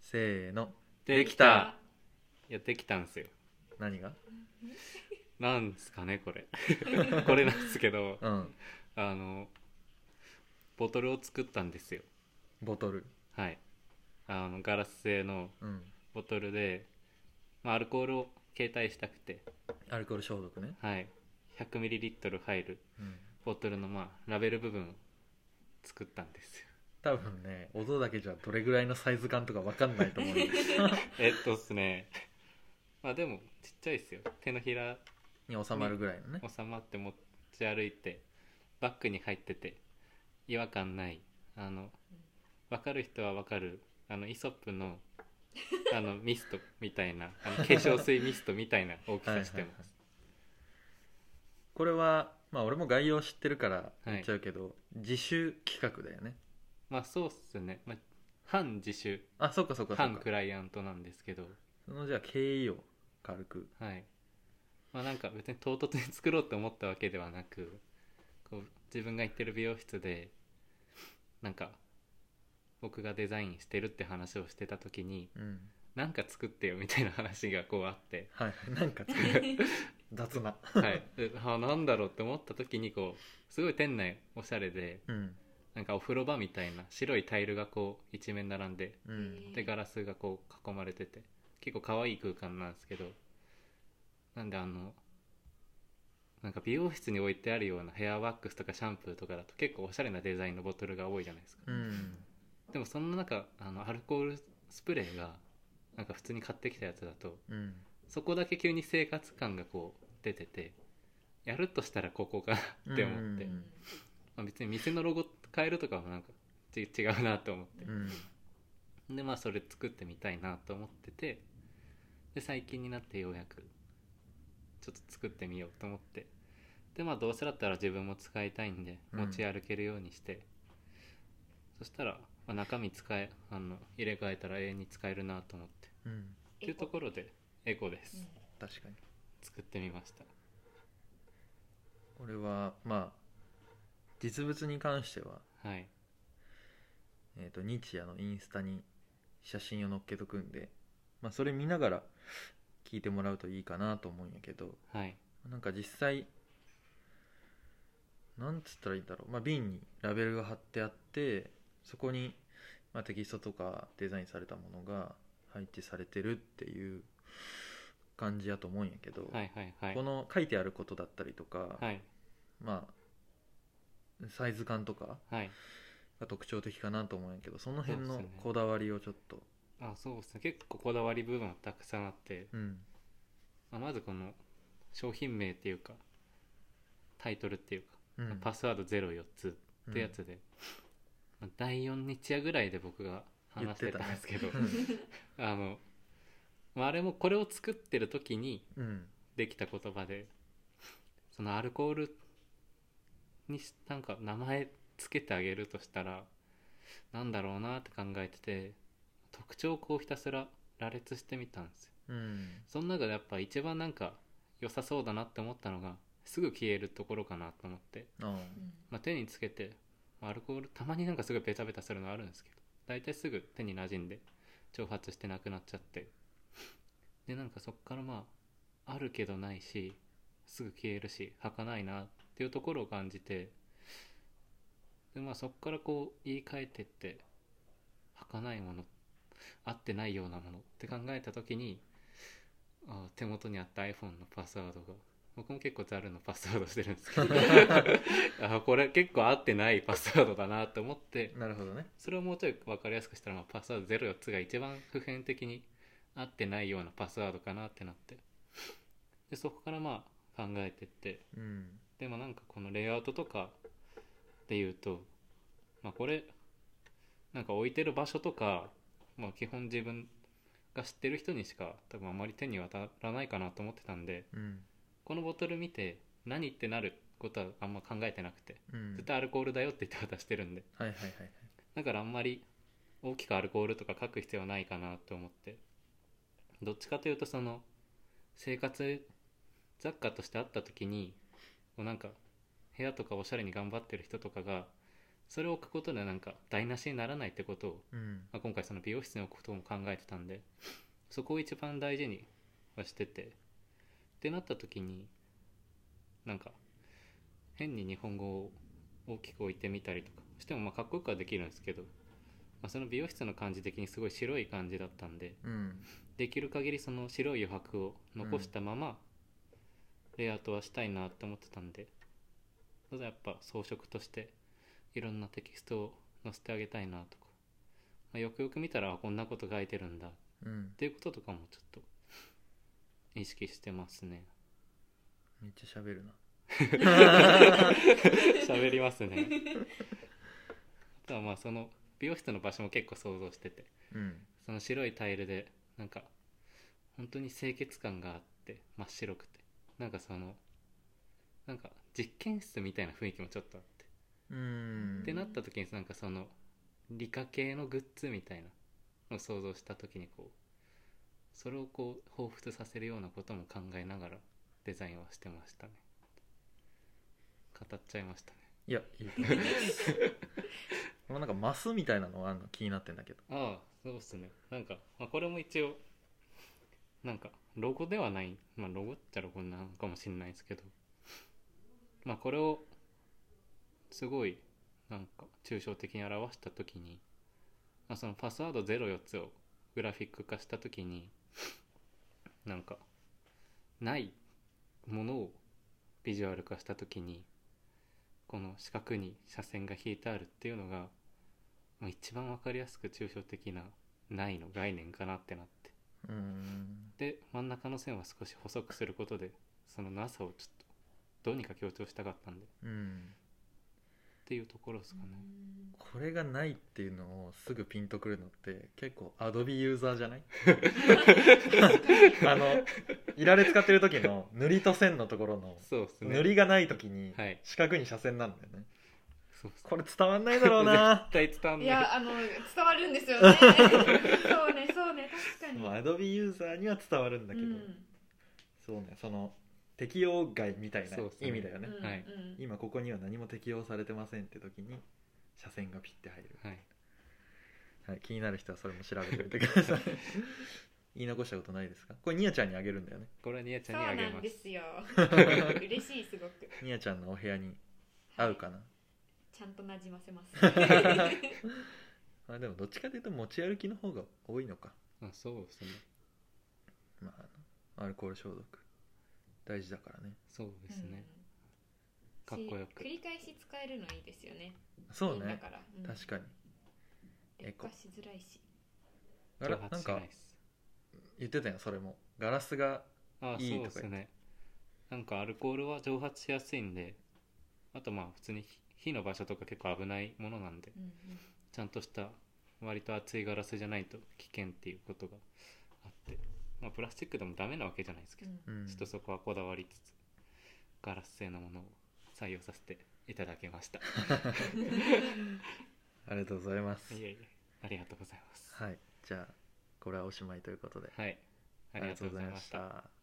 せーのできたいやできたんですよ何がなんですかねこれこれなんですけどうんあのボトルを作ったんですよボトルはいあのガラス製のうんボトルで、まあ、アルコールを携帯したくてアルコール消毒ねはい100ミリリットル入るうんボトルのまあラベル部分を作ったんですよ多分ね音だけじゃどれぐらいのサイズ感とか分かんないと思うん でえっとっすねまあでもちっちゃいですよ手のひらに収まるぐらいのね収まって持ち歩いてバッグに入ってて違和感ないあの分かる人は分かるあのイソッ プのあのミストみたいなあの化粧水ミストみたいな大きさしてはいはいますこれはまあ俺も概要知ってるからはい言っちゃうけど、自主企画だよねまあそうっすね、まあ、反自主あそうかそうかそ反うクかライアントなんですけどそのじゃあ経緯を軽くはいまあなんか別に唐突に作ろうと思ったわけではなくこう自分が行ってる美容室でなんか僕がデザインしてるって話をしてた時にうんなんか作ってよみたいな話がこうあって、はい なんか作 る雑なはい、であなんだろうって思った時にこうすごい店内おしゃれでうんなんかお風呂場みたいな白いタイルがこう一面並んでうんでガラスがこう囲まれてて結構可愛い空間なんですけどなんであのなんか美容室に置いてあるようなヘアワックスとかシャンプーとかだと結構おしゃれなデザインのボトルが多いじゃないですか、うんでもそんな中あのアルコールスプレーがなんか普通に買ってきたやつだとうんそこだけ急に生活感がこう出ててやるとしたらここかなって思って、うんまあ、別に店のロゴ変えるとかはなんかち違うなと思ってうんでまあそれ作ってみたいなと思っててで最近になってようやくちょっと作ってみようと思ってでまあどうせだったら自分も使いたいんでうん持ち歩けるようにして、そしたら、まあ、中身使えあの入れ替えたら永遠に使えるなと思ってうんっていうところでエコです、うん確かに作ってみました俺はまあ実物に関しては、はいえー、と日夜のインスタに写真を載っけとくんで、まあ、それ見ながら聞いてもらうといいかなと思うんやけどはいなんか実際なんつったらいいんだろう、まあ、瓶にラベルが貼ってあってそこに、まあ、テキストとかデザインされたものが配置されてるっていう感じやと思うんやけど、はいはいはいこの書いてあることだったりとか、はいまあサイズ感とかはいが特徴的かなと思うんやけどその辺そうのっすねこだわりをちょっとあそうですね結構こだわり部分はたくさんあって、うんまあ、まずこの商品名っていうかタイトルっていうかうんパスワード04つってやつで、まあ第4日夜ぐらいで僕が話してたんですけど、 あの、まあ、あれもこれを作ってる時にうんうんできた言葉でそのアルコールにしなんか名前つけてあげるとしたらなんだろうなって考えてて特徴をこうひたすら羅列してみたんですようんその中でやっぱ一番なんか良さそうだなって思ったのがすぐ消えるところかなと思ってああまあ、手につけてまあアルコールたまになんかすごいベタベタするのあるんですけど大体すぐ手に馴染んで蒸発してなくなっちゃってでなんかそっからまああるけどないしすぐ消えるし儚いなっていうところを感じてでまあそっからこう言い換えてって儚いもの合ってないようなものって考えた時にあ手元にあった iPhone のパスワードが僕も結構ザルのパスワードしてるんですけどあこれ結構合ってないパスワードだなと思ってなるほどねそれをもうちょい分かりやすくしたら、まあ、パスワード04つが一番普遍的に合ってないようなパスワードかなってなってでそこからまあ考えてってうんでもなんかこのレイアウトとかで言うと、まあ、これなんか置いてる場所とか、まあ、基本自分が知ってる人にしか多分あまり手に渡らないかなと思ってたんでうんこのボトル見て何ってなることはあんま考えてなくてうん絶対アルコールだよって言って渡してるんではいはいはいはいだからあんまり大きくアルコールとか書く必要はないかなと思ってどっちかというとその生活雑貨としてあった時にこうなんか部屋とかおしゃれに頑張ってる人とかがそれを置くことでなんか台無しにならないってことを、うんまあ、今回その美容室に置くことも考えてたんでそこを一番大事にはしててってなった時になんか変に日本語を大きく置いてみたりとかしてもまあかっこよくはできるんですけど、まあ、その美容室の感じ的にすごい白い感じだったんでうんできる限りその白い余白を残したままレイアウトはしたいなって思ってたんで、ただやっぱ装飾としていろんなテキストを載せてあげたいなとか、まあ、よくよく見たらあこんなこと書いてるんだっうんていうこととかもちょっと意識してますね めっちゃ喋るな喋りますねあとはまあその美容室の場所も結構想像しててうんその白いタイルでなんか本当に清潔感があって真っ白くてなんかそのなんか実験室みたいな雰囲気もちょっとあって、うんってなった時になんかその理科系のグッズみたいなのを想像した時にこうそれをこう彷彿させるようなことも考えながらデザインはしてましたね語っちゃいましたねいや いいと思いますこのなんかマスみたいなのはあんの気になってんだけどああそうっすねなんか、まあ、これも一応なんかロゴではないまあロゴっちゃロゴなのかもしれないですけどまあこれをすごいなんか抽象的に表した時に、まあ、そのパスワード04つをグラフィック化した時になんかないものをビジュアル化した時にこの四角に斜線が引いてあるっていうのがまあ一番わかりやすく抽象的なないの概念かなってなってうんで真ん中の線は少し細くすることでそのなさをちょっとどうにか強調したかったんでっうんていうところですかねこれがないっていうのをすぐピンとくるのって結構アドビユーザーじゃない あのいられ使ってる時の塗りと線のところのそうですね塗りがない時にはい四角に斜線なんだよねそうっすこれ伝わんないだろう な絶対伝わんないいやあの伝わるんですよ ねそうねそうね確かにまあアドビユーザーには伝わるんだけど、うんそうねその適用外みたいなそうっすね意味だよねうんはいうん今ここには何も適用されてませんって時に斜線がピッて入る、はいはい、気になる人はそれも調べておいてください言い残したことないですかこれニアちゃんにあげるんだよねこれはニヤちそゃうんにあげなますんですよ 嬉しいすごくニアちゃんのお部屋に合うか な、ちゃんとなじませますはまあ、でもどっちかというと持ち歩きの方が多いのかあそうですねまああのアルコール消毒大事だからねそうですね、かっこよく繰り返し使えるのいいですよねそう瓶だねから、うん確かに劣化しづらいしあ蒸ら発なんしなかいです言ってたよそれもガラスがあいいそうでとかす言ねなんかアルコールは蒸発しやすいんであとまあ普通に火火の場所とか結構危ないものなんでうんちゃんとした割と厚いガラスじゃないと危険っていうことがあって、まあ、プラスチックでもダメなわけじゃないですけうど、んうんちょっとそこはこだわりつつガラス製のものを採用させていただきましたいありがとうございますえいえありがとうございますはいじゃあこれはおしまいということではいありがとうございましたありがとうございました